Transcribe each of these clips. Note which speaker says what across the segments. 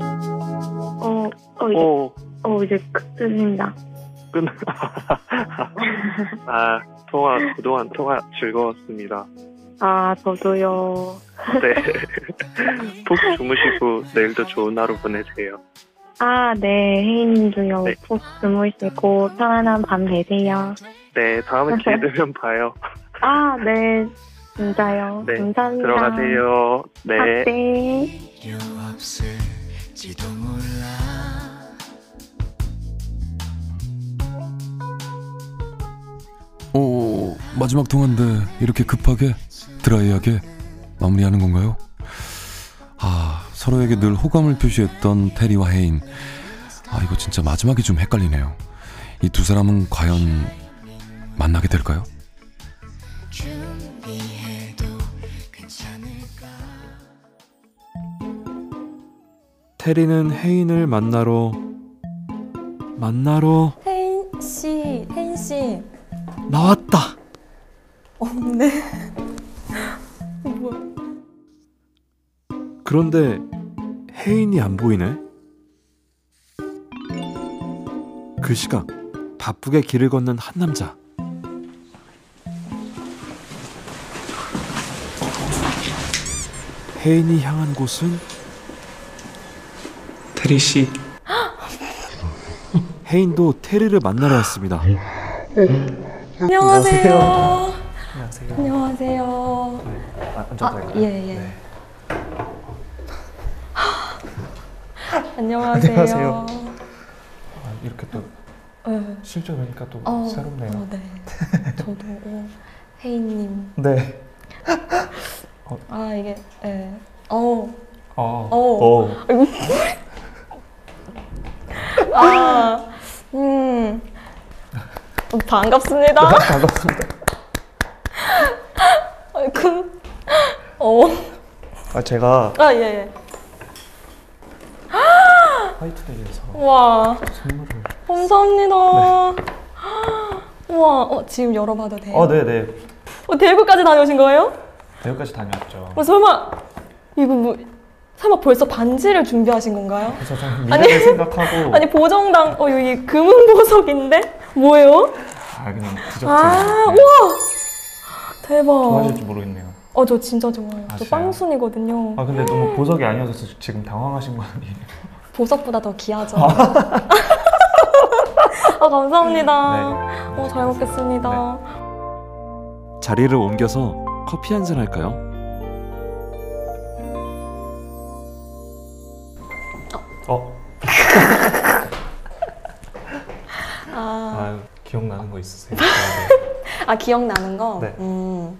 Speaker 1: 어, 어, 이제,
Speaker 2: 오,
Speaker 1: 어, 이제 끝입니다.
Speaker 2: 끝. 아, 통화, 그동안 통화 즐거웠습니다.
Speaker 1: 아, 저도요.
Speaker 2: 네. 푹 주무시고 내일도 좋은 하루 보내세요.
Speaker 1: 아, 네, 혜인님도요.
Speaker 2: 네.
Speaker 1: 푹 주무시고 편안한 밤 되세요.
Speaker 2: 네, 다음에 기회 되면 봐요.
Speaker 1: 아, 네, 진짜요.
Speaker 2: 네,
Speaker 1: 감사합니다.
Speaker 2: 들어가세요.
Speaker 1: 아,
Speaker 2: 네.
Speaker 1: 네.
Speaker 3: 필요 없을지도 몰라
Speaker 4: 오 마지막 통화인데 이렇게 급하게 드라이하게 마무리하는 건가요? 아 서로에게 늘 호감을 표시했던 테리와 헤인 아 이거 진짜 마지막이 좀 헷갈리네요 이 두 사람은 과연 만나게 될까요?
Speaker 3: 준비해도 괜찮을까
Speaker 5: 테리는 혜인을 만나러 만나러
Speaker 6: 혜인 씨, 혜인 씨.
Speaker 5: 나왔다.
Speaker 6: 어, 네. 어, 뭐야?
Speaker 5: 그런데 혜인이 안 보이네. 그 시각 바쁘게 길을 걷는 한 남자. 혜인이 향한 곳은
Speaker 7: 테리 씨,
Speaker 5: 혜인도 테리를 만나러 왔습니다.
Speaker 6: 안녕하세요.
Speaker 7: 안녕하세요.
Speaker 6: 안녕하세요.
Speaker 7: 아,
Speaker 6: 아, 예, 예.
Speaker 7: 네.
Speaker 6: 안녕하세요.
Speaker 7: 안녕하세요. 아, 이렇게 또
Speaker 6: 네.
Speaker 7: 실제 뵈니까 또
Speaker 6: 어,
Speaker 7: 새롭네요.
Speaker 6: 어, 네. 저도 어, 혜인님.
Speaker 7: 네.
Speaker 6: 아 이게 네. 어,
Speaker 7: 어.
Speaker 6: 어. 아, 음. 어, 반갑습니다.
Speaker 7: 네, 반갑습니다.
Speaker 6: 아이고. 어.
Speaker 7: 아, 제가
Speaker 6: 아 예. 예.
Speaker 7: 화이트데이에서
Speaker 6: 와.
Speaker 7: 선물을. 네.
Speaker 6: 감사합니다. 우와, 어, 지금 열어봐도 돼요?
Speaker 7: 어, 네, 네.
Speaker 6: 어, 대구까지 다녀오신 거예요?
Speaker 7: 대구까지 다녀왔죠.
Speaker 6: 어, 설마 이거 뭐 설마 벌써 반지를 준비하신 건가요?
Speaker 7: 그래서 저는
Speaker 6: 아니.
Speaker 7: 미래를 생각하고
Speaker 6: 아니 보정당 어 여기 금은 보석인데 뭐예요?
Speaker 7: 아, 그냥 뒤적지.
Speaker 6: 아,
Speaker 7: 네.
Speaker 6: 우와 대박.
Speaker 7: 좋아하실지 모르겠네요.
Speaker 6: 어 저 진짜 좋아요.
Speaker 7: 아,
Speaker 6: 저
Speaker 7: 진짜요?
Speaker 6: 빵순이거든요.
Speaker 7: 아, 근데 너무 보석이 아니어서 지금 당황하신 거 아니에요?
Speaker 6: 보석보다 더 귀하죠. 아 감사합니다.
Speaker 7: 네.
Speaker 6: 어잘 먹겠습니다. 아,
Speaker 5: 자리를 옮겨서 커피 한 잔 할까요?
Speaker 7: 어,
Speaker 6: 아,
Speaker 7: 아, 기억나는 거 있으세요? 네.
Speaker 6: 아 기억나는 거?
Speaker 7: 네.
Speaker 6: 음,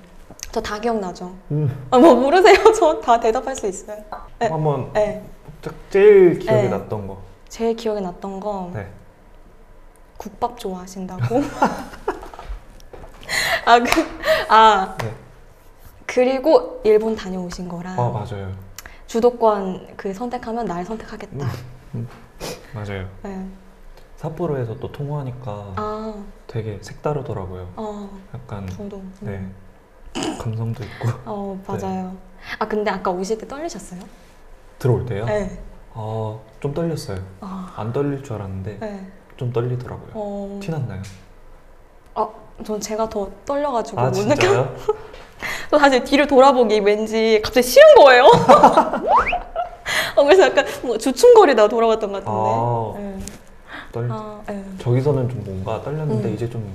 Speaker 6: 저 다 기억나죠.
Speaker 7: 음,
Speaker 6: 아, 뭐 모르세요? 저 다 대답할 수 있어요. 네.
Speaker 7: 한번
Speaker 6: 네.
Speaker 7: 딱 제일 기억에
Speaker 6: 네. 음.
Speaker 7: 났던 거.
Speaker 6: 제일 기억에 났던 거
Speaker 7: 네.
Speaker 6: 국밥 좋아하신다고. 아, 그, 아
Speaker 7: 네.
Speaker 6: 그리고 일본 다녀오신 거랑
Speaker 7: 아, 맞아요.
Speaker 6: 주도권 그 선택하면 날 선택하겠다.
Speaker 7: 음. 맞아요.
Speaker 6: 네.
Speaker 7: 삿포로에서 또 통화하니까
Speaker 6: 아,
Speaker 7: 되게 색다르더라고요.
Speaker 6: 어,
Speaker 7: 약간
Speaker 6: 저도. 음.
Speaker 7: 네 감성도 있고
Speaker 6: 어,
Speaker 7: 네.
Speaker 6: 맞아요. 아, 근데 아까 오실 때 떨리셨어요?
Speaker 7: 들어올 때요.
Speaker 6: 네.
Speaker 7: 아, 좀 떨렸어요.
Speaker 6: 아,
Speaker 7: 안 떨릴 줄 알았는데
Speaker 6: 네.
Speaker 7: 좀 떨리더라고요.
Speaker 6: 어, 아,
Speaker 7: 티 났나요?
Speaker 6: 전 제가 더 떨려가지고
Speaker 7: 아
Speaker 6: 못 느껴.
Speaker 7: 진짜요?
Speaker 6: 또 다시 뒤를 돌아보기 왠지 갑자기 싫은 거예요. 어, 그래서 약간 뭐 주춤거리다 돌아왔던 것
Speaker 7: 아.
Speaker 6: 같은데. 네.
Speaker 7: 떨.
Speaker 6: 아, 네.
Speaker 7: 저기서는 좀 뭔가 떨렸는데
Speaker 6: 음.
Speaker 7: 이제 좀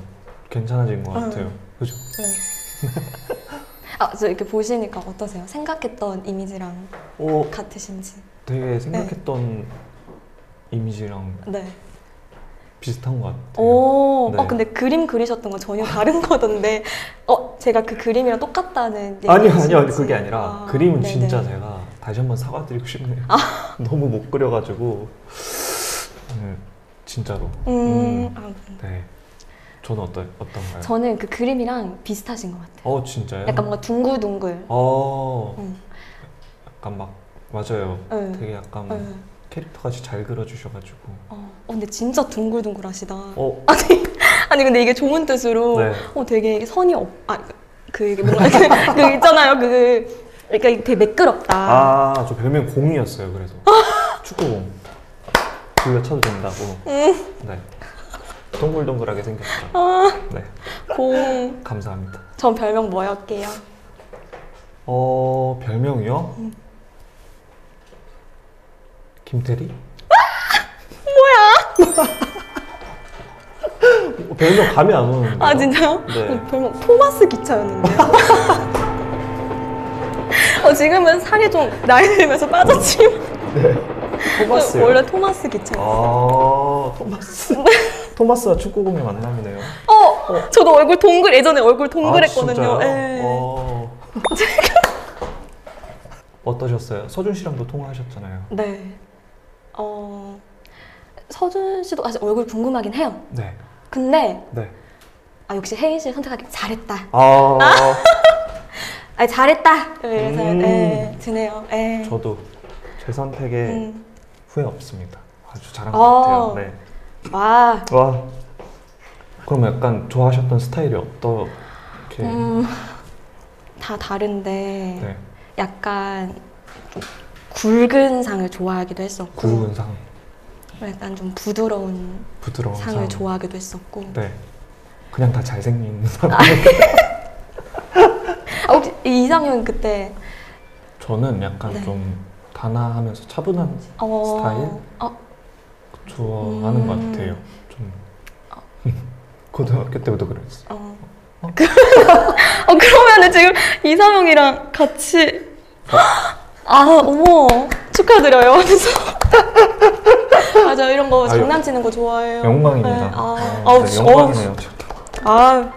Speaker 7: 괜찮아진 것
Speaker 6: 음.
Speaker 7: 같아요. 그죠?
Speaker 6: 네. 아, 저 이렇게 보시니까 어떠세요? 생각했던 이미지랑
Speaker 7: 오,
Speaker 6: 같으신지.
Speaker 7: 어, 되게 생각했던 이미지랑
Speaker 6: 네.
Speaker 7: 비슷한 것 같아요.
Speaker 6: 오,
Speaker 7: 네.
Speaker 6: 어, 근데 그림 그리셨던 건 전혀 다른 거던데, 어, 제가 그 그림이랑 똑같다는 얘기.
Speaker 7: 아니요, 아니요, 아니, 그게 아니라 그림은
Speaker 6: 네네. 아.
Speaker 7: 진짜 제가 다시 한번 사과드리고 싶네요. 너무 못 그려가지고 네, 진짜로.
Speaker 6: 음,
Speaker 7: 음,
Speaker 6: 아,
Speaker 7: 네, 저는 어떠, 어떤가요?
Speaker 6: 저는 그 그림이랑 비슷하신 것 같아요.
Speaker 7: 어 진짜요?
Speaker 6: 약간 뭔가 둥글둥글.
Speaker 7: 어
Speaker 6: 음.
Speaker 7: 약간 막 맞아요.
Speaker 6: 네.
Speaker 7: 어, 되게 음. 약간
Speaker 6: 네.
Speaker 7: 캐릭터같이 잘 그려주셔가지고.
Speaker 6: 어, 어, 근데 진짜 둥글둥글하시다.
Speaker 7: 어
Speaker 6: 아니, 아니 근데 이게 좋은 뜻으로
Speaker 7: 네.
Speaker 6: 어 되게 선이 없, 아, 그 이게 뭔가 그, 그 있잖아요 그 그러니까 이게 되게 매끄럽다.
Speaker 7: 아 저 별명 공이었어요 그래서 축구공 돌려쳐도 된다고
Speaker 6: 음.
Speaker 7: 네 동글동글하게 생겼죠
Speaker 6: 아.
Speaker 7: 네
Speaker 6: 공.
Speaker 7: 감사합니다
Speaker 6: 전 별명 뭐였게요?
Speaker 7: 어 별명이요? 김태리? 뭐야? 별명 감이 안 오는데
Speaker 6: 아 진짜요?
Speaker 7: 네.
Speaker 6: 별명 토마스 기차였는데. 어, 지금은 살이 좀 나이 들면서 빠졌지만
Speaker 7: 토마스
Speaker 6: 원래 토마스 기차였어요. 네.
Speaker 7: 아 토마스 토마스와 축구공의 만남이네요
Speaker 6: 어, 저도 얼굴 동글 예전에 얼굴 동글했거든요.
Speaker 7: 아,
Speaker 6: 예.
Speaker 7: 진짜요? 어. 어떠셨어요? 서준 씨랑도 통화하셨잖아요.
Speaker 6: 네. 어 서준 씨도 아직 얼굴 궁금하긴 해요.
Speaker 7: 네,
Speaker 6: 근데
Speaker 7: 네.
Speaker 6: 아 역시 혜인 씨를 선택하기 잘했다.
Speaker 7: 아,
Speaker 6: 아 잘했다. 그래서
Speaker 7: 음.
Speaker 6: 예, 드네요. 예.
Speaker 7: 저도 제 선택에
Speaker 6: 음.
Speaker 7: 후회 없습니다. 아주 잘한
Speaker 6: 어.
Speaker 7: 것 같아요. 네.
Speaker 6: 와.
Speaker 7: 와. 그럼 약간 좋아하셨던 스타일이 어떻게?
Speaker 6: 음, 다 다른데
Speaker 7: 네,
Speaker 6: 약간 좀 굵은 상을 좋아하기도 했었고
Speaker 7: 굵은 상,
Speaker 6: 약간 좀 부드러운
Speaker 7: 부드러운 상.
Speaker 6: 상을 좋아하기도 했었고
Speaker 7: 네, 그냥 다 잘생긴 상.
Speaker 6: 아, 혹시 이 이상형 그때
Speaker 7: 저는 약간
Speaker 6: 네.
Speaker 7: 좀 단아하면서 차분한
Speaker 6: 어,
Speaker 7: 스타일?
Speaker 6: 어,
Speaker 7: 좋아하는 것
Speaker 6: 음.
Speaker 7: 같아요. 좀 고등학교 때부터 그랬어.
Speaker 6: 어. 그- 어, 그러면은 지금 이상형이랑 같이
Speaker 7: 어?
Speaker 6: 아 어머 축하드려요 맞아 이런 거
Speaker 7: 아유,
Speaker 6: 장난치는 거 좋아해요
Speaker 7: 영광입니다.
Speaker 6: 네, 아,
Speaker 7: 아,
Speaker 6: 아우,
Speaker 7: 네,
Speaker 6: 저-
Speaker 7: 영광이네요.
Speaker 6: 아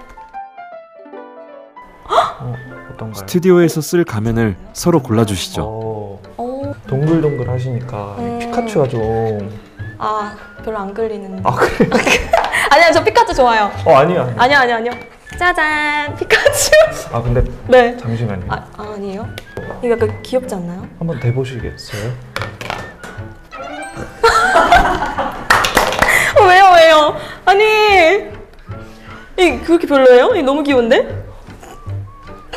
Speaker 7: 어, 어떤가요?
Speaker 5: 스튜디오에서 쓸 가면을 서로 골라주시죠.
Speaker 7: 어,
Speaker 6: 어,
Speaker 7: 동글동글 하시니까 이
Speaker 6: 음.
Speaker 7: 피카츄가 좀.
Speaker 6: 아 별로 안 끌리는데
Speaker 7: 아 그래?
Speaker 6: 아니야 저 피카츄 좋아요
Speaker 7: 어 아니야. 아니.
Speaker 6: 아니야 아니야 아니야 짜잔 피카츄
Speaker 7: 아 근데
Speaker 6: 네
Speaker 7: 잠시만요.
Speaker 6: 아, 아, 아니에요 이거 약간 귀엽지 않나요?
Speaker 7: 한번 대보시겠어요?
Speaker 6: 어, 왜요 왜요 아니 이 그렇게 별로예요? 이 너무 귀여운데?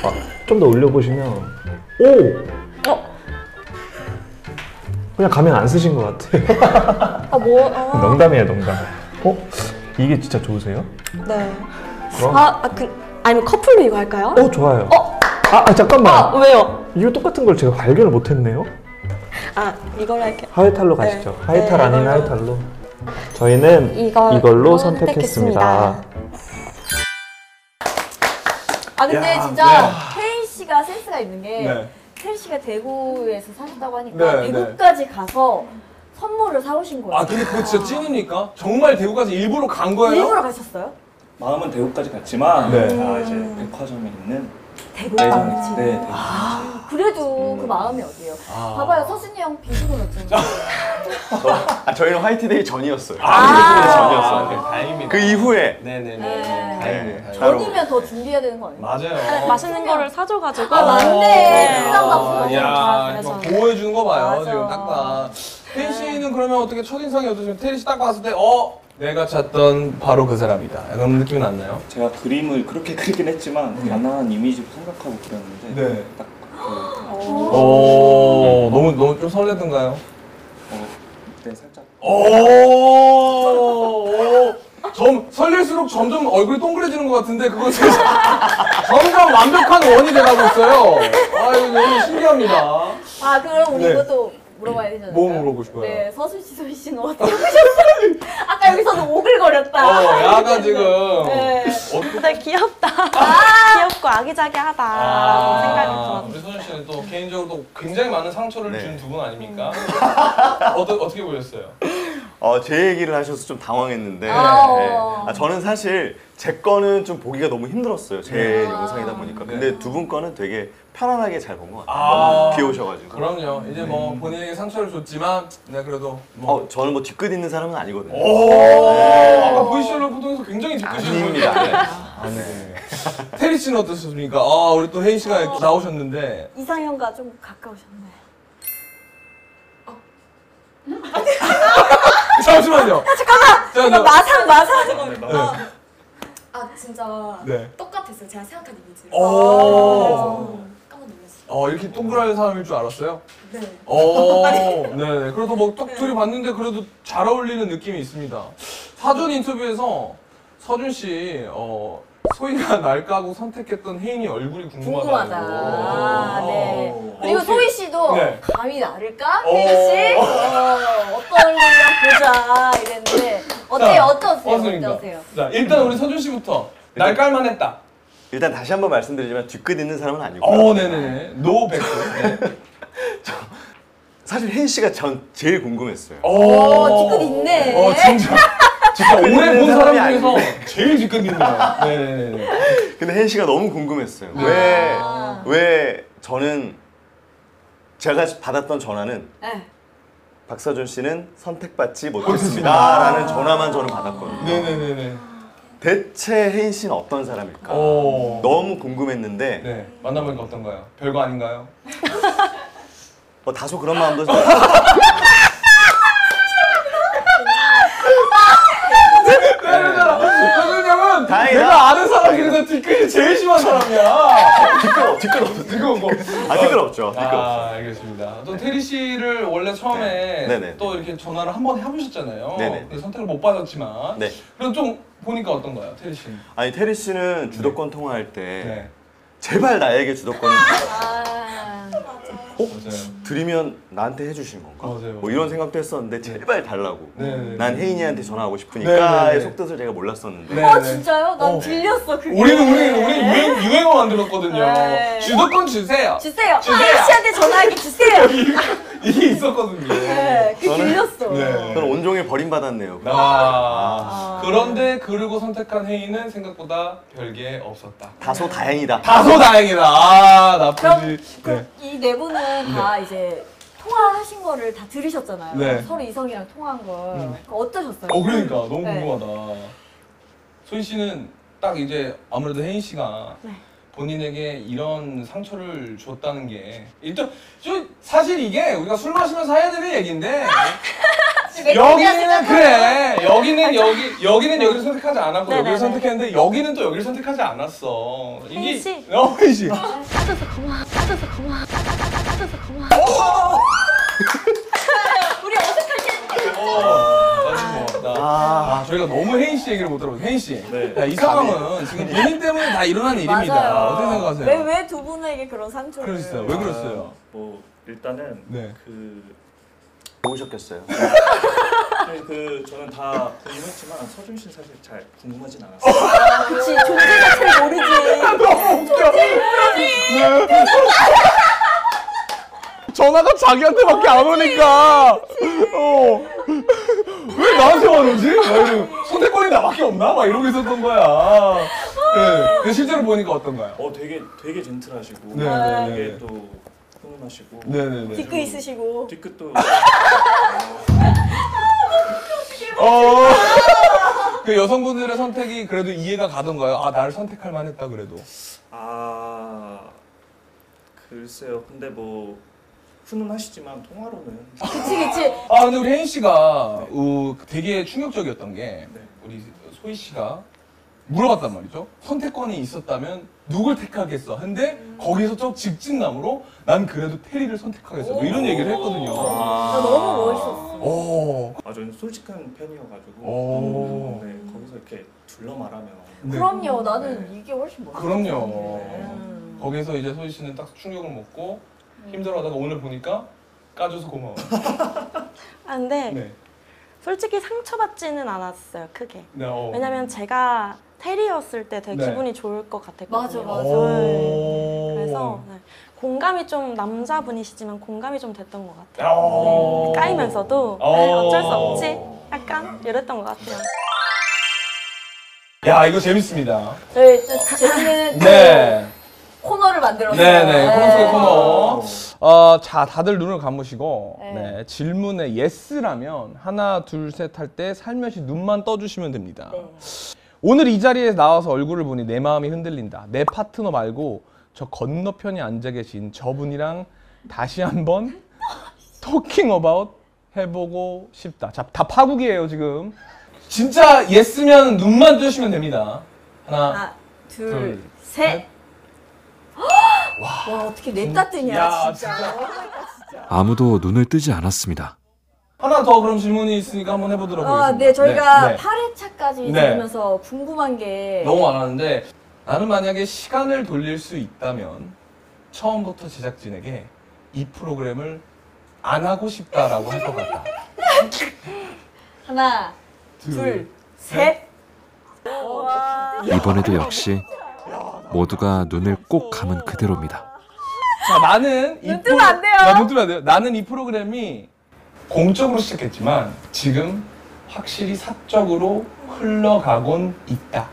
Speaker 7: 아, 좀 더 올려보시면 오
Speaker 6: 어?
Speaker 7: 그냥 가면 안 쓰신 것 같아요.
Speaker 6: 아 뭐? 아,
Speaker 7: 농담이에요 농담. 어 이게 진짜 좋으세요?
Speaker 6: 네
Speaker 7: 그럼
Speaker 6: 아, 아 그, 아니면 커플로 이거 할까요?
Speaker 7: 어 좋아요.
Speaker 6: 어?
Speaker 7: 아, 아, 잠깐만.
Speaker 6: 아 왜요?
Speaker 7: 이거 똑같은 걸 제가 발견을 못했네요.
Speaker 6: 아 이걸 할게
Speaker 7: 하회탈로 가시죠.
Speaker 6: 네.
Speaker 7: 하회탈
Speaker 6: 네,
Speaker 7: 아닌
Speaker 6: 이걸로.
Speaker 7: 하회탈로. 저희는
Speaker 6: 이걸-
Speaker 7: 이걸로
Speaker 6: 이걸로
Speaker 7: 선택했습니다.
Speaker 8: 아 근데
Speaker 9: 야,
Speaker 8: 진짜 케인 씨가 센스가 있는 게
Speaker 9: 네.
Speaker 8: 케인 씨가 대구에서 사셨다고 하니까
Speaker 9: 네,
Speaker 8: 대구까지 가서 선물을 사오신 거예요.
Speaker 9: 아 근데 그거 진짜 찐이니까 정말 대구까지 일부러 간 거예요?
Speaker 8: 일부러 가셨어요?
Speaker 9: 마음은 대구까지 갔지만
Speaker 7: 네.
Speaker 9: 다 이제 백화점에 있는
Speaker 8: 대구 아,
Speaker 9: 매장
Speaker 8: 방지.
Speaker 9: 네, 대구.
Speaker 8: 그래도 그 마음이 어디예요?
Speaker 9: 아.
Speaker 8: 봐봐요 서진이 형 비수금 했잖아요.
Speaker 10: 아, 저희는 화이트데이 전이었어요.
Speaker 9: 아, 다행입니다.
Speaker 10: 그 이후에
Speaker 8: 네.
Speaker 9: 다행이네요.
Speaker 8: 전이면 더 준비해야 되는 거 아니에요?
Speaker 9: 맞아요.
Speaker 6: 맛있는 거를 사줘가지고
Speaker 8: 네. 아 맞네.
Speaker 9: 아,
Speaker 8: 비싼 거 비싼
Speaker 9: 야,
Speaker 8: 거.
Speaker 9: 이거 보호해 주는 네. 거 봐요.
Speaker 8: 맞아.
Speaker 9: 지금 딱 봐. 태리 씨는 그러면 어떻게 첫 인상이 어떠세요? 태리 씨 딱 봤을 때 어, 내가 찾던 바로 그 사람이다. 그런 느낌이 났나요?
Speaker 11: 제가 그림을 그렇게 그리긴 했지만
Speaker 10: 네.
Speaker 11: 가난한 이미지로 생각하고 그렸는데
Speaker 9: 네.
Speaker 11: 딱 그,
Speaker 9: 오, 너무 너무 좀 설레던가요?
Speaker 11: 어, 그때 살짝
Speaker 9: 오, 오. 점 설릴수록 점점 얼굴이 동그래지는 것 같은데 그건 진짜 점점 완벽한 원이 돼가고 있어요. 아 이거 너무 신기합니다.
Speaker 8: 아 그럼 우리
Speaker 9: 네.
Speaker 8: 이것도 물어봐야 되잖아요.
Speaker 9: 뭐 물어보고 싶어요?
Speaker 8: 네 서준 씨, 서진 씨는 어떻게 보셨어요? 아까 여기서는
Speaker 9: 어,
Speaker 8: 오글거렸다.
Speaker 9: 약간 지금
Speaker 8: 네.
Speaker 6: 근데 귀엽다 귀엽고 아기자기하다 생각이 들었어요
Speaker 9: 우리 소준 씨는 또 개인적으로 또 굉장히 많은 상처를
Speaker 10: 네.
Speaker 9: 준 두 분 아닙니까? 어떠, 어떻게 보셨어요?
Speaker 10: 어, 제 얘기를 하셔서 좀 당황했는데
Speaker 8: 아.
Speaker 10: 네. 아, 저는 사실 제 거는 좀 보기가 너무 힘들었어요.
Speaker 11: 네.
Speaker 10: 제
Speaker 8: 아.
Speaker 10: 영상이다 보니까. 근데 두 분 거는 되게 편안하게 잘 본 것 같아요.
Speaker 9: 아.
Speaker 10: 너무 귀여우셔가지고.
Speaker 9: 그럼요. 이제 뭐
Speaker 10: 네.
Speaker 9: 본인에게 상처를 줬지만 네 그래도 뭐
Speaker 10: 어, 저는 뭐 뒤끝 있는 사람은 아니거든요.
Speaker 11: 어.
Speaker 9: 오! 아까 VCR로 네. 보통에서 굉장히 뒷끝이셨는데
Speaker 10: 아닙니다. 네.
Speaker 9: 테리 씨는 어떠셨습니까? 아 우리 또 혜인 씨가
Speaker 6: 어.
Speaker 9: 나오셨는데
Speaker 8: 이상형과 좀 가까우셨네.
Speaker 9: 잠시만요. 잠깐만.
Speaker 8: 마상 마상.
Speaker 9: 네.
Speaker 8: 똑같았어요. 제가 생각한 이미지.
Speaker 9: 오.
Speaker 8: 깜짝 놀랐어요.
Speaker 9: 어, 이렇게 동그란 사람일 줄 알았어요?
Speaker 8: 네.
Speaker 9: 어, 네. 그래도 뭐딱 둘이 봤는데 그래도 잘 어울리는 느낌이 있습니다. 사전 인터뷰에서 서준 씨, 어, 소희가 날 까고 선택했던 혜인이 얼굴이 궁금하다고. 어.
Speaker 8: 궁금하다. 아, 네. 그리고
Speaker 9: 혹시-
Speaker 8: 소희 씨도
Speaker 9: 네.
Speaker 8: 감히 나를까?
Speaker 9: 어.
Speaker 8: 혜인 씨? 어, 어떤 걸랑 보자 이랬는데 어때요?
Speaker 9: 자,
Speaker 8: 어떠세요?
Speaker 9: 어떠십니까?
Speaker 8: 어떠세요?
Speaker 9: 자, 일단 우리 서준 씨부터 날 깔만 했다.
Speaker 10: 일단 다시 한번 말씀드리지만 뒤끝 있는 사람은 아니고.
Speaker 9: 어, 네네네. 노백도.
Speaker 10: 사실 혜인 씨가 전 제일 궁금했어요.
Speaker 8: 오, 뒤끝 있네.
Speaker 9: 어, 진짜. 진짜
Speaker 10: 뒤끝
Speaker 9: 오래
Speaker 10: 있는
Speaker 9: 본 사람
Speaker 10: 사람이
Speaker 9: 중에서
Speaker 10: 아니네.
Speaker 9: 제일 뒤끝 있는 거야. 네네네.
Speaker 10: 근데 혜인 씨가 너무 궁금했어요.
Speaker 9: 네.
Speaker 10: 왜, 왜 저는 제가 받았던 전화는
Speaker 8: 네.
Speaker 10: 박서준 씨는 선택받지 못했습니다. 라는 전화만 저는 받았거든요.
Speaker 9: 네네네네.
Speaker 10: 대체 혜인 씨는 어떤 사람일까?
Speaker 9: 오.
Speaker 10: 너무 궁금했는데
Speaker 9: 네. 만나보니까 어떤가요? 별거 아닌가요?
Speaker 10: 뭐 다소 그런 마음도 좀-
Speaker 9: 서준 형은
Speaker 10: 다행이다.
Speaker 9: 내가 아는 사람 중에서 뒤끝이 제일 심한 사람이야.
Speaker 10: 뒤끝, 뒤끝 없어.
Speaker 9: 뒤끝 없고.
Speaker 10: 아 댓글 없죠. 댓글 없어.
Speaker 9: 아, 알겠습니다. 또 테리 씨를 원래 처음에
Speaker 10: 네네.
Speaker 9: 또 이렇게 전화를 한 번 해보셨잖아요.
Speaker 10: 네네.
Speaker 9: 근데 선택을 못 받았지만.
Speaker 10: 네.
Speaker 9: 그럼 좀 보니까 어떤가요, 테리 씨는?
Speaker 10: 아니 테리 씨는 주도권 통화할 때
Speaker 9: 네.
Speaker 10: 제발 나에게 주도권을
Speaker 8: 아,
Speaker 9: 맞아요.
Speaker 10: 드리면 나한테 해주신 건가?
Speaker 9: 맞아요,
Speaker 10: 뭐 이런 생각도 했었는데 제발 달라고.
Speaker 9: 네, 네,
Speaker 10: 난
Speaker 9: 네.
Speaker 10: 혜인이한테 전화하고
Speaker 9: 네, 네, 네.
Speaker 10: 싶으니까의 속뜻을 제가 몰랐었는데.
Speaker 9: 네,
Speaker 8: 어,
Speaker 9: 네.
Speaker 8: 진짜요? 난
Speaker 9: 어.
Speaker 8: 들렸어 그게.
Speaker 9: 우리는 우리는 우리 유행, 유행어 만들었거든요.
Speaker 8: 네.
Speaker 9: 주도권 주세요.
Speaker 8: 주세요. 혜인 씨한테 전화하기 주세요.
Speaker 9: 이게 있었거든요.
Speaker 8: 네, 그게 들렸어.
Speaker 9: 네.
Speaker 10: 저는 온종일 버림받았네요.
Speaker 9: 아, 그런데 그리고 선택한 혜인은 생각보다 별게 없었다.
Speaker 10: 다소 다행이다.
Speaker 9: 다소 다행이다. 아, 나쁘지. 네.
Speaker 8: 이 네 분은 다 이제 통화하신 거를 다 들으셨잖아요.
Speaker 9: 네.
Speaker 8: 서로 이성이랑 통화한 걸
Speaker 9: 음.
Speaker 8: 그거 어떠셨어요?
Speaker 9: 어, 그러니까 너무
Speaker 8: 네.
Speaker 9: 궁금하다. 소희 씨는 딱 이제 아무래도 혜인 씨가
Speaker 8: 네.
Speaker 9: 본인에게 이런 상처를 줬다는 게 일단 저 사실 이게 우리가 술 마시면서 해야 되는 얘기인데 여기는 그래 여기는 여기 여기는 여기를 선택하지 않았고
Speaker 8: 네네네.
Speaker 9: 여기를 선택했는데 여기는 또 여기를 선택하지 않았어. 이게
Speaker 8: 혜인 씨. 아,
Speaker 9: 어, 혜인 씨.
Speaker 8: 따져서 고마워. 따져서 고마워. 따져서 고마워. 우리 어색하게 했는데.
Speaker 9: 아, 아, 저희가 너무 혜인 씨 얘기를 못 들어봤어요. 혜인 씨, 야, 이 상황은 지금 본인 때문에 다 일어난 일입니다. 어떻게 생각하세요?
Speaker 8: 왜왜 두 분에게 그런 상처를?
Speaker 9: 네. 그러셨어요? 왜 그랬어요?
Speaker 11: 뭐 일단은
Speaker 9: 네.
Speaker 11: 그,
Speaker 10: 좋으셨겠어요.
Speaker 11: 네, 그 저는 다 궁금했지만 서준 씨는 사실 잘 궁금하진 않았어요.
Speaker 8: 아, 그치 존재 자체를 모르지.
Speaker 9: 아, 너무 웃겨. 네. 전화가 자기한테밖에 안 오니까. 어. 왜 나한테 와는지? 손대권이 나밖에 없나? 막 이러고 있었던 거야. 네. 근데 실제로 보니까 어떤가요?
Speaker 11: 어 되게 되게 젠틀하시고
Speaker 9: 네, 네, 네.
Speaker 11: 되게 또 훈훈하시고
Speaker 9: 네, 네, 네.
Speaker 8: 뒤끝 있으시고.
Speaker 11: 뒤끝도
Speaker 9: 어. 그 여성분들의 선택이 그래도 이해가 가던가요? 아, 나를 선택할 만했다 그래도.
Speaker 11: 아 글쎄요. 근데 뭐 훈훈하시지만 통화로는
Speaker 8: 그치 그치.
Speaker 9: 아 근데 우리 혜인 씨가 어, 되게 충격적이었던 게 우리 소희 씨가 물어봤단 말이죠. 선택권이 있었다면 누굴 택하겠어? 근데 거기서 좀 직진남으로 난 그래도 테리를 선택하겠어. 뭐 이런 얘기를 했거든요.
Speaker 8: 나 아, 너무 멋있었어.
Speaker 9: 오.
Speaker 11: 아 저는 솔직한 편이어가지고
Speaker 9: 오.
Speaker 11: 네, 거기서 이렇게 둘러 말하면
Speaker 9: 네.
Speaker 8: 그럼요. 나는 이게 훨씬 멋있어.
Speaker 9: 그럼요.
Speaker 8: 음.
Speaker 9: 거기서 이제 소희 씨는 딱 충격을 먹고 힘들어하다가 오늘 보니까 까줘서 고마워.
Speaker 12: 아, 근데
Speaker 9: 네.
Speaker 12: 솔직히 상처받지는 않았어요, 크게.
Speaker 9: 네, 어.
Speaker 12: 왜냐면 제가 테리였을 때 되게
Speaker 9: 네.
Speaker 12: 기분이 좋을 것 같았거든요.
Speaker 8: 맞아, 맞아.
Speaker 12: 네. 그래서 네. 공감이 좀 남자분이시지만 공감이 좀 됐던 것 같아요.
Speaker 9: 어.
Speaker 12: 네. 까이면서도
Speaker 9: 어.
Speaker 12: 네, 어쩔 수 없지. 약간 이랬던 것 같아요.
Speaker 9: 야 이거 재밌습니다.
Speaker 8: 저희 재밌는
Speaker 9: 네.
Speaker 8: 코너를 만들었어요.
Speaker 9: 네네 코너 속의
Speaker 8: 네.
Speaker 9: 코너. 어, 자 다들 눈을 감으시고
Speaker 8: 네.
Speaker 9: 네, 질문에 예스라면 하나 둘 셋 할 때 살며시 눈만 떠주시면 됩니다. 오늘 이 자리에 나와서 얼굴을 보니 내 마음이 흔들린다. 내 파트너 말고 저 건너편에 앉아 계신 저분이랑 다시 한번 토킹 어바웃 해보고 싶다. 자, 다 파국이에요 지금. 진짜 예스면 눈만 뜨시면 됩니다. 하나,
Speaker 8: 하나, 둘,
Speaker 9: 둘,
Speaker 8: 셋. 와 어떻게 냅다 뜨냐
Speaker 9: 야,
Speaker 8: 진짜.
Speaker 5: 아무도 눈을 뜨지 않았습니다.
Speaker 9: 하나 더 그럼 질문이 있으니까 한번 해보도록
Speaker 8: 아,
Speaker 9: 하겠습니다.
Speaker 8: 네 저희가 네.
Speaker 9: 네.
Speaker 8: 8회차까지
Speaker 9: 네.
Speaker 8: 들으면서 궁금한 게
Speaker 9: 너무 많았는데 나는 만약에 시간을 돌릴 수 있다면 처음부터 제작진에게 이 프로그램을 안 하고 싶다라고 할 것 같다.
Speaker 8: 하나
Speaker 9: 둘,
Speaker 8: 둘셋
Speaker 5: 이번에도 역시 모두가 눈을 꼭 감은 그대로입니다.
Speaker 9: 자, 나는 이
Speaker 8: 뜨면 안 돼요.
Speaker 9: 나눈 뜨면 안 돼요. 나는 이 프로그램이 공적으로 시작했지만 지금 확실히 사적으로 흘러가곤 있다.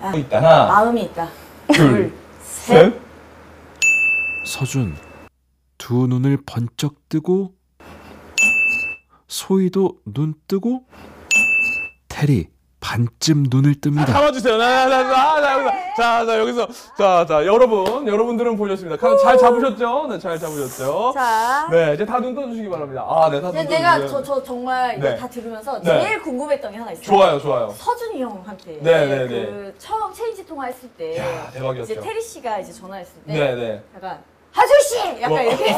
Speaker 8: 아,
Speaker 9: 있다. 하나,
Speaker 8: 마음이 있다
Speaker 9: 둘,
Speaker 8: 셋
Speaker 5: 서준 두 눈을 번쩍 뜨고 소희도 눈 뜨고 테리 반쯤 눈을 뜹니다.
Speaker 9: 잡아주세요. 나, 나, 나, 나, 나, 나. 자, 자, 여기서. 자, 자, 여러분. 여러분들은 보셨습니다. 가- 잘 잡으셨죠? 네, 잘 잡으셨죠?
Speaker 8: 자.
Speaker 9: 네, 이제 다 눈 떠주시기 바랍니다. 아, 네, 다눈
Speaker 8: 근데
Speaker 9: 떠주세요.
Speaker 8: 내가 저, 저 정말 이거
Speaker 9: 네.
Speaker 8: 다 들으면서
Speaker 9: 네.
Speaker 8: 제일 궁금했던 게 하나 있어요.
Speaker 9: 좋아요, 좋아요.
Speaker 8: 서준이 형한테
Speaker 9: 네, 네,
Speaker 8: 그 처음 체인지 통화했을 때
Speaker 9: 대박이었죠.
Speaker 8: 이제 테리 씨가 이제 전화했을 때
Speaker 9: 네, 뭐. 네.
Speaker 8: 약간 하준 씨 약간
Speaker 9: 와.
Speaker 8: 이렇게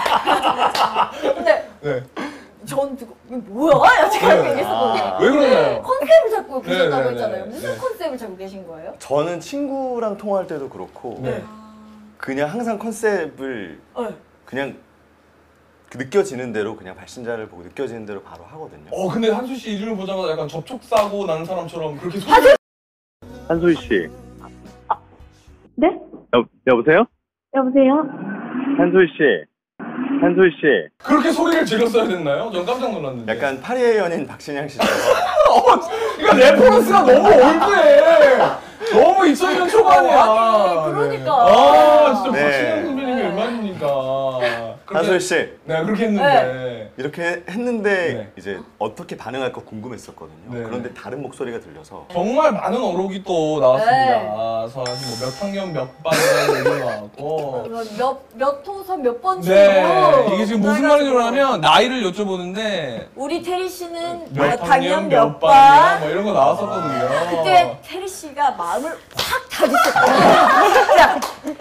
Speaker 8: 했었어. 근데
Speaker 9: 네.
Speaker 8: 전 듣고 이게 뭐야? 약간
Speaker 10: 네.
Speaker 8: 얘기했었거든요.
Speaker 10: 아, 왜 그러나요?
Speaker 8: 컨셉을 잡고
Speaker 10: 네,
Speaker 8: 계셨다고
Speaker 10: 네, 네.
Speaker 8: 했잖아요. 무슨
Speaker 10: 네.
Speaker 8: 컨셉을 잡고 계신 거예요?
Speaker 10: 저는 친구랑 통화할 때도 그렇고
Speaker 8: 네.
Speaker 10: 그냥 항상 컨셉을
Speaker 8: 네.
Speaker 10: 그냥 그 느껴지는 대로 그냥 발신자를 보고 느껴지는 대로 바로 하거든요.
Speaker 9: 어, 근데 한수 씨 이름을 보자마자 약간 접촉사고 난 사람처럼 그렇게 소
Speaker 2: 한소희 씨.
Speaker 1: 네?
Speaker 2: 여, 여보세요?
Speaker 1: 여보세요?
Speaker 2: 한소희 씨. 한소희 씨.
Speaker 9: 그렇게 소리를 질렀어야 됐나요? 전 깜짝 놀랐는데.
Speaker 10: 약간 파리의 연인 박신양 씨죠.
Speaker 9: 그러니까 레퍼런스가 너무 올드해. 너무 2000년 초반이야. 아니, 어, 그러니까. 아, 진짜
Speaker 10: 네.
Speaker 9: 박신영 선배님이 얼마입니까.
Speaker 10: 한소희 씨.
Speaker 9: 네, 그렇게 했는데.
Speaker 10: 이렇게 했는데
Speaker 9: 네.
Speaker 10: 이제 어떻게 반응할까 궁금했었거든요. 그런데 다른 목소리가 들려서
Speaker 9: 정말 많은 어록이 또
Speaker 8: 네.
Speaker 9: 나왔습니다. 서 사실 뭐몇 학년 몇 반이라는 얘기가 나왔고.
Speaker 8: 몇몇 호선 몇 번 중으로
Speaker 9: 네, 이게 지금 무슨 말인지
Speaker 8: 해가지고
Speaker 9: 모르면 나이를 여쭤보는데
Speaker 8: 우리 테리 씨는
Speaker 9: 몇 학년
Speaker 8: 당연
Speaker 9: 몇
Speaker 8: 몇
Speaker 9: 반이야
Speaker 8: 반?
Speaker 9: 뭐 이런 거 나왔었거든요.
Speaker 8: 그때
Speaker 10: 어.
Speaker 8: 테리 씨가 마음을 확 다졌어요.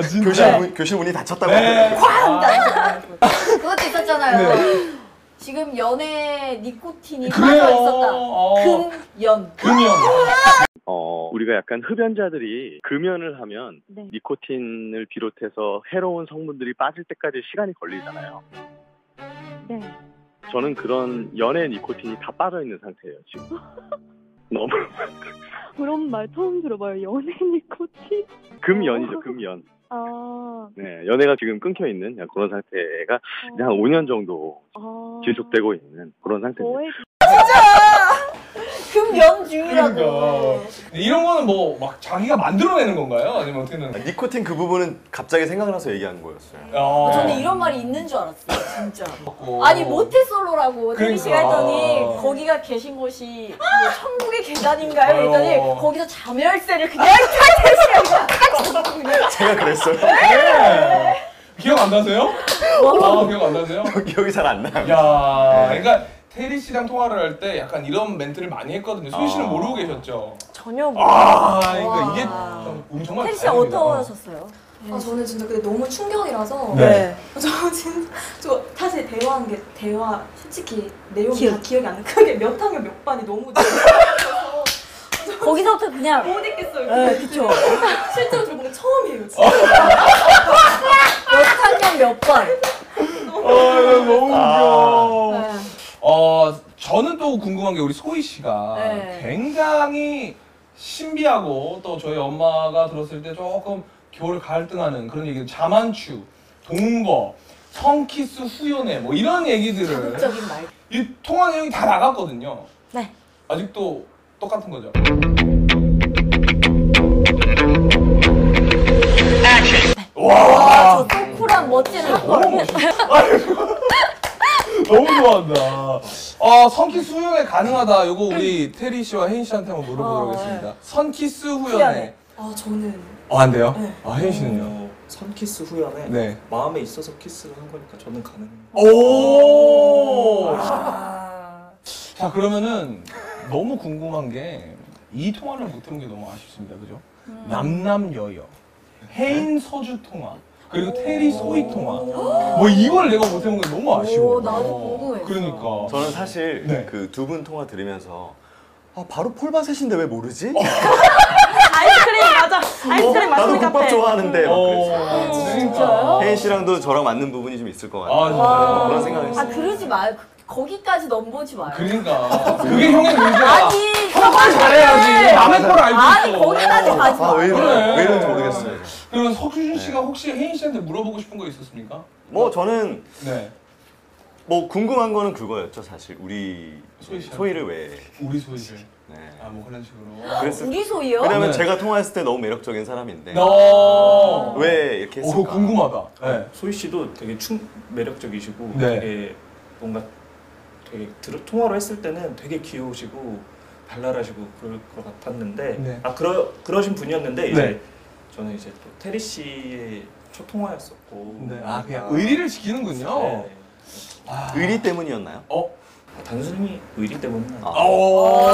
Speaker 9: 진짜 진짜
Speaker 10: 교실 문, 교실 문이 닫혔다고
Speaker 9: 네.
Speaker 8: 쾅! 다 그것도 있었잖아요.
Speaker 10: 네.
Speaker 8: 지금 연애 니코틴이
Speaker 2: 그래요.
Speaker 8: 빠져 있었다.
Speaker 9: 어,
Speaker 8: 금연. 아,
Speaker 9: 아,
Speaker 2: 어, 우리가 약간 흡연자들이 금연을 하면 니코틴을 비롯해서 해로운 성분들이 빠질 때까지 시간이 걸리잖아요.
Speaker 1: 네.
Speaker 2: 저는 그런 연애 니코틴이 다 빠져 있는 상태예요 지금. 너무
Speaker 1: 그런 말 처음 들어봐요. 연예인 코치?
Speaker 2: 금연이죠 금연.
Speaker 1: 아,
Speaker 2: 네, 연애가 지금 끊겨 있는 그런 상태가 이제 한 5년 정도
Speaker 1: 아.
Speaker 2: 지속되고 있는 그런 상태입니다.
Speaker 8: 금연 네. 중이라고.
Speaker 9: 그러니까. 이런 거는 뭐 막 자기가 만들어내는 건가요? 아니면 어떻게 되는
Speaker 10: 니코틴 그 부분은 갑자기 생각나서 얘기한 거였어요.
Speaker 9: 아.
Speaker 8: 저는 이런 말이 있는 줄 알았어요, 진짜. 아니 모태솔로라고 테리 씨가
Speaker 10: 어. 그러니까.
Speaker 8: 했더니 거기가 계신 곳이 뭐 천국의 계단인가요? 했더니
Speaker 10: 아유.
Speaker 8: 거기서 자멸세를 그냥 테리 씨가 딱 그냥
Speaker 10: 제가 그랬어요.
Speaker 9: 네. 기억 안 나세요?
Speaker 8: 뭐?
Speaker 9: 아, 기억 안 나세요?
Speaker 10: 어, 기억이 잘 안 나요.
Speaker 9: 야,
Speaker 10: 네.
Speaker 9: 그러니까 테리 씨랑 통화를 할 때 약간 이런 멘트를 많이 했거든요. 소희 씨는
Speaker 10: 아.
Speaker 9: 모르고 계셨죠?
Speaker 12: 전혀
Speaker 9: 아,
Speaker 12: 와.
Speaker 9: 그러니까 이게 참 우리 정말
Speaker 12: 테리 씨
Speaker 9: 다행입니다.
Speaker 12: 어떠셨어요? 아 저는 진짜 근데 너무 충격이라서
Speaker 9: 네.
Speaker 12: 저 진짜 저 사실 대화한 게 대화 솔직히 내용이 다 기억이 안 나. 그게 몇 학년 몇 반이 너무
Speaker 8: 거기서부터 그냥
Speaker 12: 못 읽겠어요.
Speaker 8: 네, 그쵸.
Speaker 12: 실제로 저 보는 처음이에요. 진짜.
Speaker 8: 어? 몇 학년 몇 번.
Speaker 9: 아, 나 너무
Speaker 12: 네.
Speaker 9: 웃겨. 어, 저는 또 궁금한 게 우리 소희 씨가
Speaker 3: 네.
Speaker 9: 굉장히 신비하고 또 저희 엄마가 들었을 때 조금 겨울 갈등하는 그런 얘기를 자만추, 동거, 성키스 후연애 뭐 이런 얘기들을
Speaker 8: 자극적인 말.
Speaker 9: 이 통화 내용이 다 나갔거든요.
Speaker 12: 네.
Speaker 9: 아직도 똑같은 거죠. 아.
Speaker 8: 와, 저 쿨한 멋진 학벌.
Speaker 9: 너무 좋아한다. 어, 선키스 후연애 가능하다. 요거
Speaker 12: 음.
Speaker 9: 우리 테리 씨와 혜인 씨한테 한번 물어보도록 하겠습니다. 선키스 후연애.
Speaker 12: 네. 아 저는 네. 음.
Speaker 9: 어, 안 돼요? 아, 혜인 씨는요?
Speaker 11: 선키스 후연에
Speaker 9: 네.
Speaker 11: 마음에 있어서 키스를 한 거니까 저는 가능해요.
Speaker 9: 오!
Speaker 8: 아.
Speaker 9: 자, 그러면은 너무
Speaker 8: 음.
Speaker 9: 궁금한 게 이 통화를 못 들은 게 너무 아쉽습니다. 그죠? 남남여여. 혜인 서주 통화 그리고 테리 소희 통화 뭐 이걸 내가 못해본 게 너무 아쉬워.
Speaker 10: 궁금해.
Speaker 9: 그러니까.
Speaker 10: 저는 사실 그 두 분 통화 들으면서 아 바로 폴바셋인데 왜 모르지?
Speaker 9: 어.
Speaker 6: 아이스크림 맞아.
Speaker 9: 뭐.
Speaker 6: 아이스크림
Speaker 10: 어, 나도
Speaker 6: 맞습니까?
Speaker 10: 국밥 좋아하는데 막 그랬어요.
Speaker 9: 진짜요?
Speaker 10: 혜인 씨랑도 저랑 맞는 부분이 좀 있을 것 같아요.
Speaker 8: 와.
Speaker 10: 그런 생각했어요.
Speaker 8: 아 그러지 마요. 그- 거기까지 넘보지 마요.
Speaker 9: 그러니까 그게 형의 문제야.
Speaker 8: 아니
Speaker 9: 형만 잘해야지. 남의 걸 알고
Speaker 8: 아니
Speaker 9: 있어.
Speaker 8: 거기까지 가지 마.
Speaker 10: 아, 왜 이러지?
Speaker 9: 그래.
Speaker 10: 왜 이러는지 모르겠어요.
Speaker 9: 그럼 석준 씨가 혹시 혜인 씨한테 물어보고 싶은 거 있었습니까?
Speaker 10: 뭐 저는
Speaker 9: 네.
Speaker 10: 뭐 궁금한 거는 그거였죠 사실 우리
Speaker 9: 소희 씨.
Speaker 10: 소희를 왜
Speaker 9: 우리 소희를.
Speaker 10: 네.
Speaker 9: 아뭐 그런 식으로.
Speaker 10: 그랬을-
Speaker 8: 우리 소희요?
Speaker 10: 왜냐면
Speaker 9: 네.
Speaker 10: 제가 통화했을 때 너무 매력적인 사람인데
Speaker 9: 어.
Speaker 10: 왜 이렇게 했을까? 어.
Speaker 9: 궁금하다. 네.
Speaker 11: 소희 씨도 되게 충 매력적이시고
Speaker 10: 네.
Speaker 11: 되게 뭔가 되게 들- 통화로 했을 때는 되게 귀여우시고 발랄하시고 그럴 것 같았는데
Speaker 9: 네.
Speaker 11: 아 그러 그러신 분이었는데 이제
Speaker 9: 네.
Speaker 11: 저는 이제 또 테리 씨의 첫 통화였었고
Speaker 9: 네. 아 그냥 의리를 지키는군요.
Speaker 11: 네. 아,
Speaker 10: 의리 때문이었나요?
Speaker 9: 어?
Speaker 11: 단순히 의리 때문은 아니고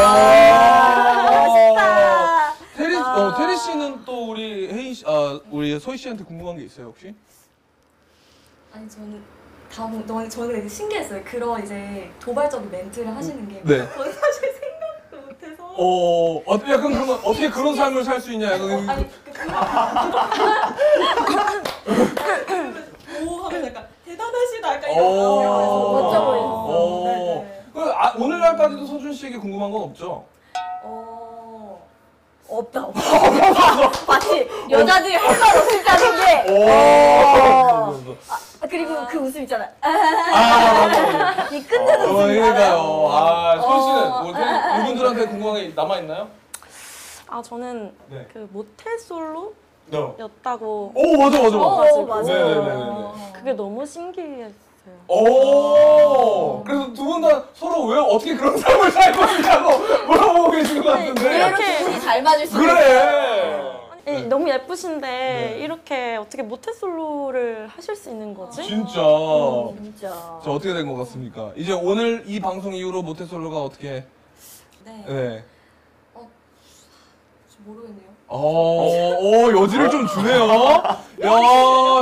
Speaker 9: 아, 멋있다. 테리, 어, 테리 씨는 또 우리 혜인 씨, 아, 우리 소희 씨한테 궁금한 게 있어요 혹시?
Speaker 12: 아니 저는 다음 너무 저는 되게 신기했어요. 그런 이제 도발적인 멘트를 하시는 게
Speaker 9: 네.
Speaker 12: 아, 저는 사실 생각도 못해서
Speaker 9: 어, 어, 약간 그런 거, 어떻게 그런 삶을 살 수 있냐? 약간
Speaker 12: 아니 그, 그, 오 하면서 약간 대단하시다 약간 이런
Speaker 9: 어.
Speaker 12: 멋져
Speaker 9: 어.
Speaker 12: 보였어. 네,
Speaker 9: 그, 아, 오늘날까지도 서준 씨에게 궁금한 건 없죠?
Speaker 8: 없다 없다. 마치 여자들이 할 말 없다는 게. 어. 아, 그리고 그 웃음 있잖아. 이 끝내는
Speaker 9: 어,
Speaker 8: 웃음.
Speaker 9: 그러니까요. 아, 소희 씨는
Speaker 13: 어.
Speaker 9: 뭐, 태- 이분들한테 궁금한 게 남아있나요?
Speaker 13: 아 저는
Speaker 9: 네.
Speaker 13: 그 모텔 솔로였다고.
Speaker 9: 네. 오, 맞아, 맞아, 맞아.
Speaker 13: 들어가지고
Speaker 9: 네네네네.
Speaker 13: 그게 너무 신기했어요.
Speaker 9: 오, 그래서 두 분 다 서로 왜 어떻게 그런 삶을 살고 있냐고 물어보고 계신 것 같은데.
Speaker 8: 이렇게 둘이 잘 맞을 수
Speaker 9: 그래.
Speaker 13: 아니, 네, 너무 예쁘신데
Speaker 8: 네.
Speaker 13: 이렇게 어떻게 모텔 솔로를 하실 수 있는 거지?
Speaker 9: 진짜.
Speaker 8: 음. 진짜.
Speaker 9: 자 어떻게 된 것 같습니까? 이제 오늘 이 방송 이후로 모태솔로가 어떻게?
Speaker 12: 네.
Speaker 9: 네.
Speaker 8: 어,
Speaker 12: 모르겠네요.
Speaker 9: 어, 어 여지를 좀 주네요. 야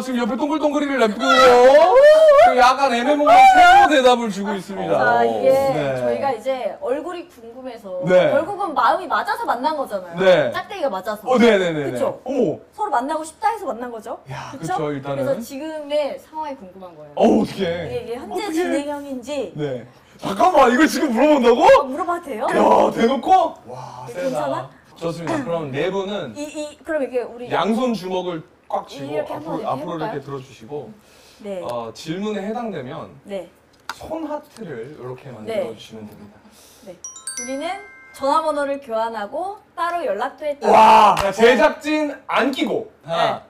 Speaker 9: 지금 옆에 동글동글이를 냅두고 지금 약간 애매모호한 새로운 대답을 주고 있습니다.
Speaker 8: 자, 아, 이게
Speaker 9: 네.
Speaker 8: 저희가 이제 얼굴이 궁금해서
Speaker 9: 네.
Speaker 8: 결국은 마음이 맞아서 만난 거잖아요.
Speaker 9: 네.
Speaker 8: 짝대기가 맞아서.
Speaker 9: 어, 네네네네.
Speaker 8: 그쵸?
Speaker 9: 어머.
Speaker 8: 서로 만나고 싶다 해서 만난 거죠. 그쵸?
Speaker 9: 그쵸, 일단은.
Speaker 8: 그래서 지금의 상황이 궁금한 거예요.
Speaker 9: 어, 어떡해.
Speaker 8: 이게, 이게 현재
Speaker 9: 어떡해.
Speaker 8: 진행형인지
Speaker 9: 네. 잠깐만 이걸 지금 물어본다고?
Speaker 8: 물어봐도 돼요?
Speaker 9: 야 대놓고? 와
Speaker 8: 네, 괜찮아?
Speaker 9: 좋습니다. 그럼 네 분은
Speaker 8: 이, 이, 그럼 이게 우리
Speaker 9: 양손 주먹을 꽉 쥐고
Speaker 8: 이렇게 한번
Speaker 9: 앞으로,
Speaker 8: 이렇게
Speaker 9: 앞으로 이렇게
Speaker 8: 해볼까요?
Speaker 9: 들어주시고
Speaker 8: 네.
Speaker 9: 어, 질문에 해당되면
Speaker 8: 네.
Speaker 9: 손 하트를 이렇게 만들어 주시면 됩니다.
Speaker 8: 네. 우리는 전화번호를 교환하고 따로 연락도 했다.
Speaker 9: 와
Speaker 8: 네.
Speaker 9: 제작진 안 끼고 하나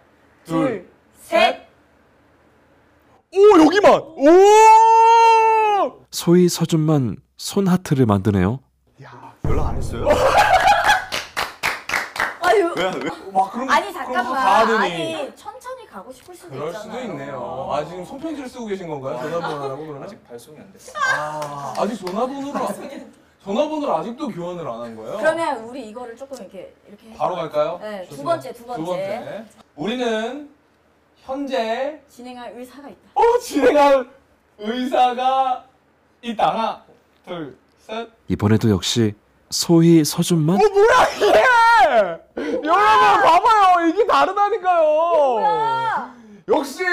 Speaker 8: 둘, 셋.
Speaker 9: 오 여기만 오
Speaker 5: 소희 서준만 손 하트를 만드네요.
Speaker 10: 연락 안 했어요?
Speaker 8: 아유.
Speaker 10: 왜, 왜?
Speaker 9: 와, 그럼,
Speaker 8: 아니
Speaker 9: 그럼 다 가야
Speaker 8: 잠깐만.
Speaker 9: 되니.
Speaker 8: 아니 천천히 가고 싶을 수도
Speaker 9: 그럴
Speaker 8: 있잖아요. 어.
Speaker 9: 수도 있네요. 아 지금 손편지를 쓰고 계신 건가요? 전화번호라고 그러면? 아직
Speaker 11: 발송이 안 됐어요.
Speaker 9: 아 아직 전화번호를 전화번호를 아직도 교환을 안 한 거예요?
Speaker 8: 그러면 우리 이거를 조금 이렇게 이렇게 해서
Speaker 9: 바로 갈까요?
Speaker 8: 네, 두
Speaker 9: 좋습니다.
Speaker 8: 번째, 두 번째.
Speaker 9: 두 번째. 우리는 현재
Speaker 8: 진행할 의사가 있다.
Speaker 9: 어 진행할 의사가 있다. 하나, 둘, 셋.
Speaker 5: 이번에도 역시 소희 서준만
Speaker 9: 어 뭐야 이게! 여러분
Speaker 8: 아!
Speaker 9: 봐봐요 이게 다르다니까요. 역시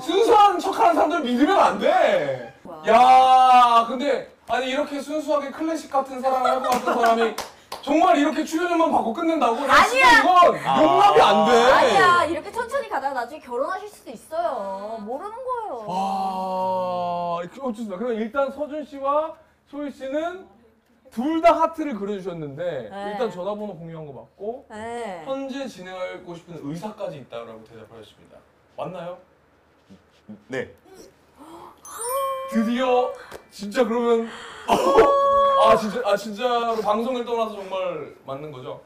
Speaker 9: 순수한 척하는 사람들 믿으면 안 돼. 야 근데 아니 이렇게 순수하게 클래식 같은 사랑을 할 것 같은 사람이 정말 이렇게 출연료만 받고 끝낸다고?
Speaker 8: 아니야.
Speaker 9: 이건 용납이 안 돼.
Speaker 8: 아니야. 이렇게 천천히 가다가 나중에 결혼하실 수도 있어요. 모르는 거예요.
Speaker 9: 와, 이렇게 어쩌다. 그럼 일단 서준 씨와 소희 씨는 둘 다 하트를 그려주셨는데
Speaker 8: 네.
Speaker 9: 일단 전화번호 공유한 거 맞고
Speaker 8: 네.
Speaker 9: 현재 진행하고 싶은 의사까지 있다라고 대답을 하셨습니다. 맞나요?
Speaker 10: 네.
Speaker 9: 드디어 진짜 그러면 아 진짜 아 진짜 방송을 떠나서 정말 맞는 거죠?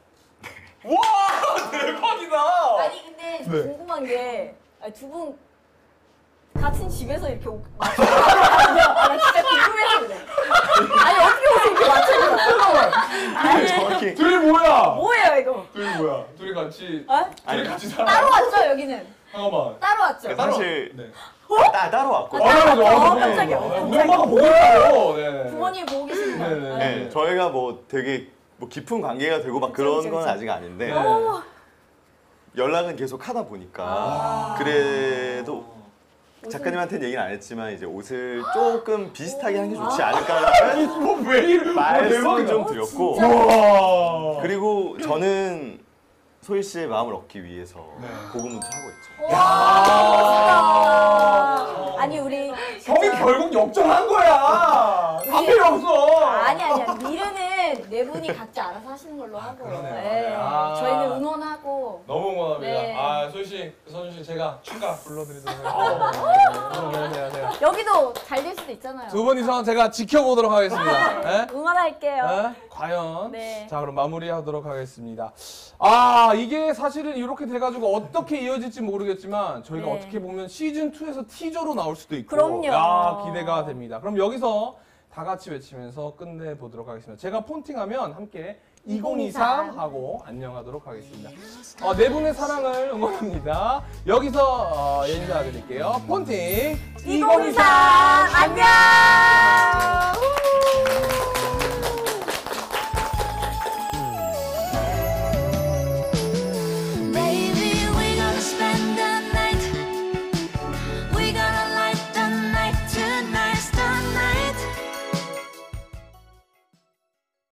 Speaker 9: 와 대박이다.
Speaker 8: 아니 근데
Speaker 9: 네.
Speaker 8: 궁금한 게 두 분 같은 집에서 이렇게 오... 아, 나 진짜 궁금해서 그래. 아니 어떻게 옷을 이렇게 맞춰주나?
Speaker 9: 둘이 뭐야?
Speaker 8: 뭐예요 이거?
Speaker 9: 둘이 뭐야? 둘이 같이
Speaker 8: 에? 거야?
Speaker 10: 아니, 같이 살아.
Speaker 8: 따로 왔죠 여기는.
Speaker 9: 잠깐만.
Speaker 8: 아, 따로 왔죠.
Speaker 9: 네,
Speaker 10: 근데 네, 사실
Speaker 8: 어?
Speaker 10: 따, 따로 왔고
Speaker 8: 아, 따로 왔죠. 어, 깜짝이야. 어,
Speaker 9: 우리 아, 엄마가 보고 있어요. 네.
Speaker 8: 부모님 보고 계시는 거.
Speaker 9: 네,
Speaker 8: 네.
Speaker 10: 네, 저희가 뭐 되게 뭐 깊은 관계가 되고 막 그런 건 아직 아닌데
Speaker 9: 네.
Speaker 8: 어.
Speaker 10: 연락은 계속 하다 보니까 그래도 작가님한테는 얘기는 안 했지만 이제 옷을 조금 비슷하게 한 게 좋지
Speaker 9: 어,
Speaker 10: 않을까라는 말씀을 좀 드렸고 그리고 저는 소희 씨의 마음을 얻기 위해서 고군분투하고 있죠.
Speaker 8: 아,
Speaker 9: 아.
Speaker 8: 아니 우리
Speaker 9: 형이 결국 역전한 거야. 다 필요 없어.
Speaker 8: 아니 아니야 미르는 네 분이 각자 알아서 하시는 걸로 하고. 예.
Speaker 9: 아.
Speaker 8: 저희는 응원하고.
Speaker 9: 너무 응원합니다.
Speaker 8: 네.
Speaker 9: 아, 소희 씨, 선준 씨 제가 춤가 불러드리도록
Speaker 8: 아.
Speaker 9: 네, 하겠습니다.
Speaker 8: 여기도 잘 될 수도 있잖아요.
Speaker 9: 두 분 이상 제가 지켜보도록 하겠습니다. 예?
Speaker 8: 응원할게요.
Speaker 9: 예? 과연
Speaker 8: 네.
Speaker 9: 자 그럼 마무리하도록 하겠습니다. 아 이게 사실은 이렇게 돼가지고 어떻게 이어질지 모르겠지만 저희가
Speaker 8: 네.
Speaker 9: 어떻게 보면 시즌 2에서 티저로 나올 수도 있고
Speaker 8: 그럼요.
Speaker 9: 야, 기대가 됩니다. 그럼 여기서 다 같이 외치면서 끝내 보도록 하겠습니다. 제가 폰팅하면 함께 2023 하고 안녕하도록 하겠습니다. 어, 네 분의 사랑을 응원합니다. 여기서 어, 인사드릴게요. 폰팅
Speaker 8: 2023 안녕.